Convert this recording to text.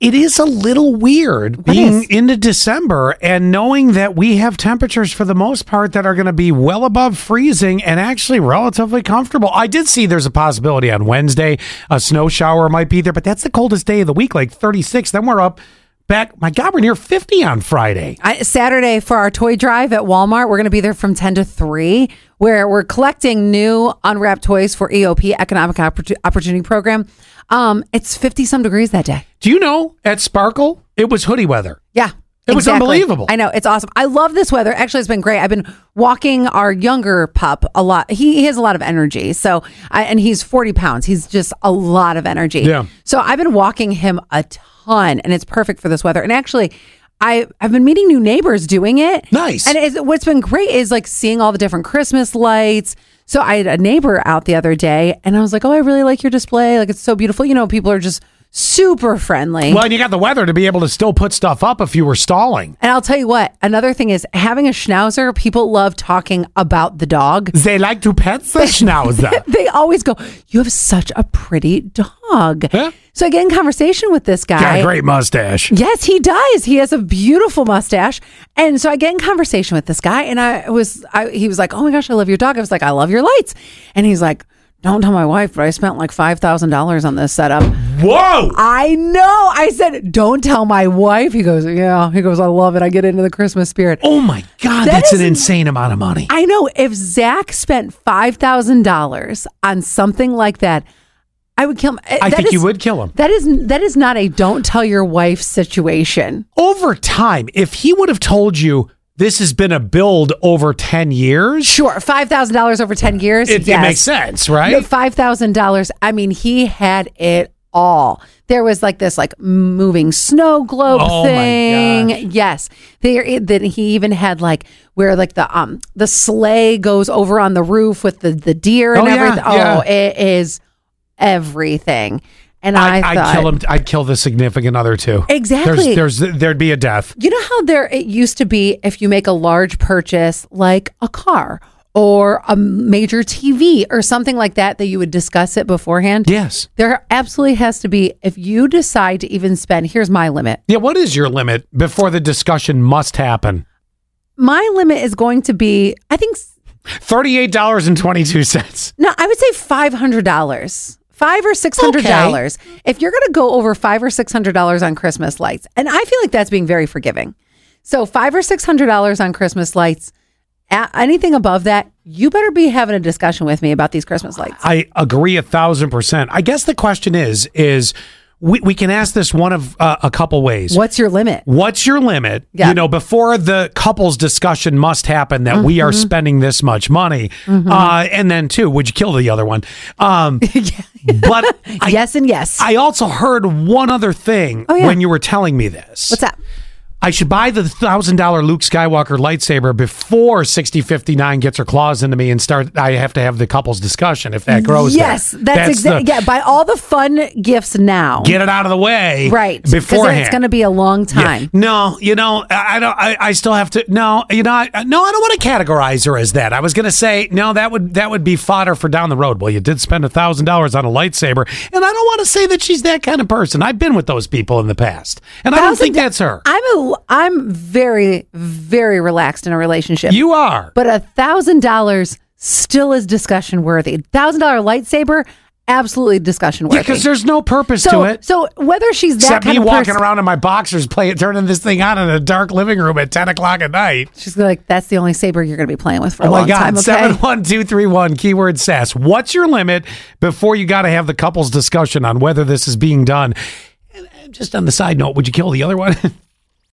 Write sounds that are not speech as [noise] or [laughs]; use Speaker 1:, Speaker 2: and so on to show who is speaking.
Speaker 1: it is a little weird being
Speaker 2: is.
Speaker 1: into December and knowing that we have temperatures for the most part that are going to be well above freezing and actually relatively comfortable. I did see there's a possibility on Wednesday a snow shower might be there, but that's the coldest day of the week, like 36. Then we're up back. My God, we're near 50 on Friday.
Speaker 2: I, Saturday for our toy drive at Walmart. We're going to be there from 10 to 3, where we're collecting new unwrapped toys for EOP, Economic Opportu- Opportunity Program. Um, it's 50 some degrees that day.
Speaker 1: Do you know at Sparkle it was hoodie weather?
Speaker 2: Yeah.
Speaker 1: It was unbelievable.
Speaker 2: I know. It's awesome. I love this weather. Actually, it's been great. I've been walking our younger pup a lot. He, he has a lot of energy. So, I, and he's 40 pounds. He's just a lot of energy.
Speaker 1: Yeah.
Speaker 2: So I've been walking him a ton and it's perfect for this weather. And actually, I, I've been meeting new neighbors doing it.
Speaker 1: Nice.
Speaker 2: And it's, what's been great is like seeing all the different Christmas lights. So I had a neighbor out the other day and I was like, oh, I really like your display. Like, it's so beautiful. You know, people are just super friendly.
Speaker 1: Well, and you got the weather to be able to still put stuff up if you were stalling.
Speaker 2: And I'll tell you what, another thing is having a schnauzer, people love talking about the dog. [laughs]
Speaker 1: They like to pet the schnauzer.
Speaker 2: They always go, You have such a pretty dog.
Speaker 1: Yeah.
Speaker 2: So I get in conversation with this guy.
Speaker 1: Got a great mustache.
Speaker 2: Yes, he does. He has a beautiful mustache. And so I get in conversation with this guy and I was I he was like, "Oh my gosh, I love your dog." I was like, "I love your lights." And he's like, "Don't tell my wife, but I spent like $5,000 on this setup."
Speaker 1: Whoa!
Speaker 2: I know. I said, "Don't tell my wife." He goes, "Yeah." He goes, "I love it. I get into the Christmas spirit."
Speaker 1: Oh my God,
Speaker 2: That
Speaker 1: that's
Speaker 2: is-
Speaker 1: an insane amount of money.
Speaker 2: I know if Zach spent five thousand dollars on something like that, I would kill him. Eh,
Speaker 1: I think you would kill him.
Speaker 2: That is that is not a don't tell your wife situation.
Speaker 1: Over time, if he would have told you this has been a build over 10 years,
Speaker 2: Sure, five thousand dollars over ten years.
Speaker 1: it, it
Speaker 2: yes.
Speaker 1: makes sense, right?
Speaker 2: Five thousand dollars. I mean, he had it all. There was like this like moving snow globe
Speaker 1: Oh my
Speaker 2: thing.
Speaker 1: gosh.
Speaker 2: Yes, there. Then he even had like where like the um the sleigh goes over on the roof with the the deer and
Speaker 1: Oh, yeah,
Speaker 2: everything.
Speaker 1: yeah.
Speaker 2: Oh, it is everything. And I,
Speaker 1: I, I'd
Speaker 2: thought,
Speaker 1: kill him. I'd kill the significant other too.
Speaker 2: Exactly.
Speaker 1: There's, there's, there'd be a death.
Speaker 2: You know how there it used to be if you make a large purchase like a car or a major TV or something like that that you would discuss it beforehand.
Speaker 1: Yes.
Speaker 2: There absolutely has to be, if you decide to even spend, here's my limit.
Speaker 1: Yeah. What is your limit before the discussion must happen?
Speaker 2: My limit is going to be, I think, s-
Speaker 1: $38.22.
Speaker 2: no, I would say $500. Five or six hundred dollars. If you're going to go over five or six hundred dollars on Christmas lights, and I feel like that's being very forgiving. So five or six hundred dollars on Christmas lights. A- anything above that, you better be having a discussion with me about these Christmas lights.
Speaker 1: I agree a thousand percent. I guess the question is, is we, we can ask this one of uh, a couple ways.
Speaker 2: What's your limit?
Speaker 1: What's your limit?
Speaker 2: Yeah.
Speaker 1: You know, before the couple's discussion must happen that we are
Speaker 2: Mm-hmm.
Speaker 1: spending this much money. Uh, and then two, would you kill the other one?
Speaker 2: [laughs]
Speaker 1: Um, but I,
Speaker 2: yes and yes.
Speaker 1: I also heard one other thing
Speaker 2: Oh, yeah.
Speaker 1: when you were telling me this.
Speaker 2: What's up?
Speaker 1: I should buy the thousand dollar Luke Skywalker lightsaber before sixty fifty nine gets her claws into me and start. I have to have the couple's discussion if that grows. there.
Speaker 2: Yes, that's,
Speaker 1: the-
Speaker 2: exactly. Yeah, buy all the fun gifts now.
Speaker 1: get it out of the way
Speaker 2: right. 'Cause
Speaker 1: beforehand.
Speaker 2: It's going to be a long time.
Speaker 1: Yeah. No, you know, I I don't. I, I still have to. No, you know, I, no, I don't want to categorize her as that. I was going to say no. That would that would be fodder for down the road. Well, you did spend a thousand dollars on a lightsaber, and I don't want to say that she's that kind of person. I've been with those people in the past, and I don't think that's her.
Speaker 2: I'm a I'm very very relaxed in a relationship.
Speaker 1: You are.
Speaker 2: but a thousand dollars still is discussion worthy. Thousand dollar lightsaber, absolutely discussion worthy.
Speaker 1: because there's no purpose
Speaker 2: so
Speaker 1: to it.
Speaker 2: so whether she's that
Speaker 1: Except me
Speaker 2: kind of
Speaker 1: walking
Speaker 2: person,
Speaker 1: around in my boxers, playing, turning this thing on in a dark living room at ten o'clock at night.
Speaker 2: she's like that's the only saber you're going to be playing with for a
Speaker 1: Oh my
Speaker 2: long
Speaker 1: God,
Speaker 2: time. Okay.
Speaker 1: seven one two three one keyword sass. What's your limit before you got to have the couple's discussion on whether this is being done? And, uh, Just on the side note, would you kill the other one? [laughs]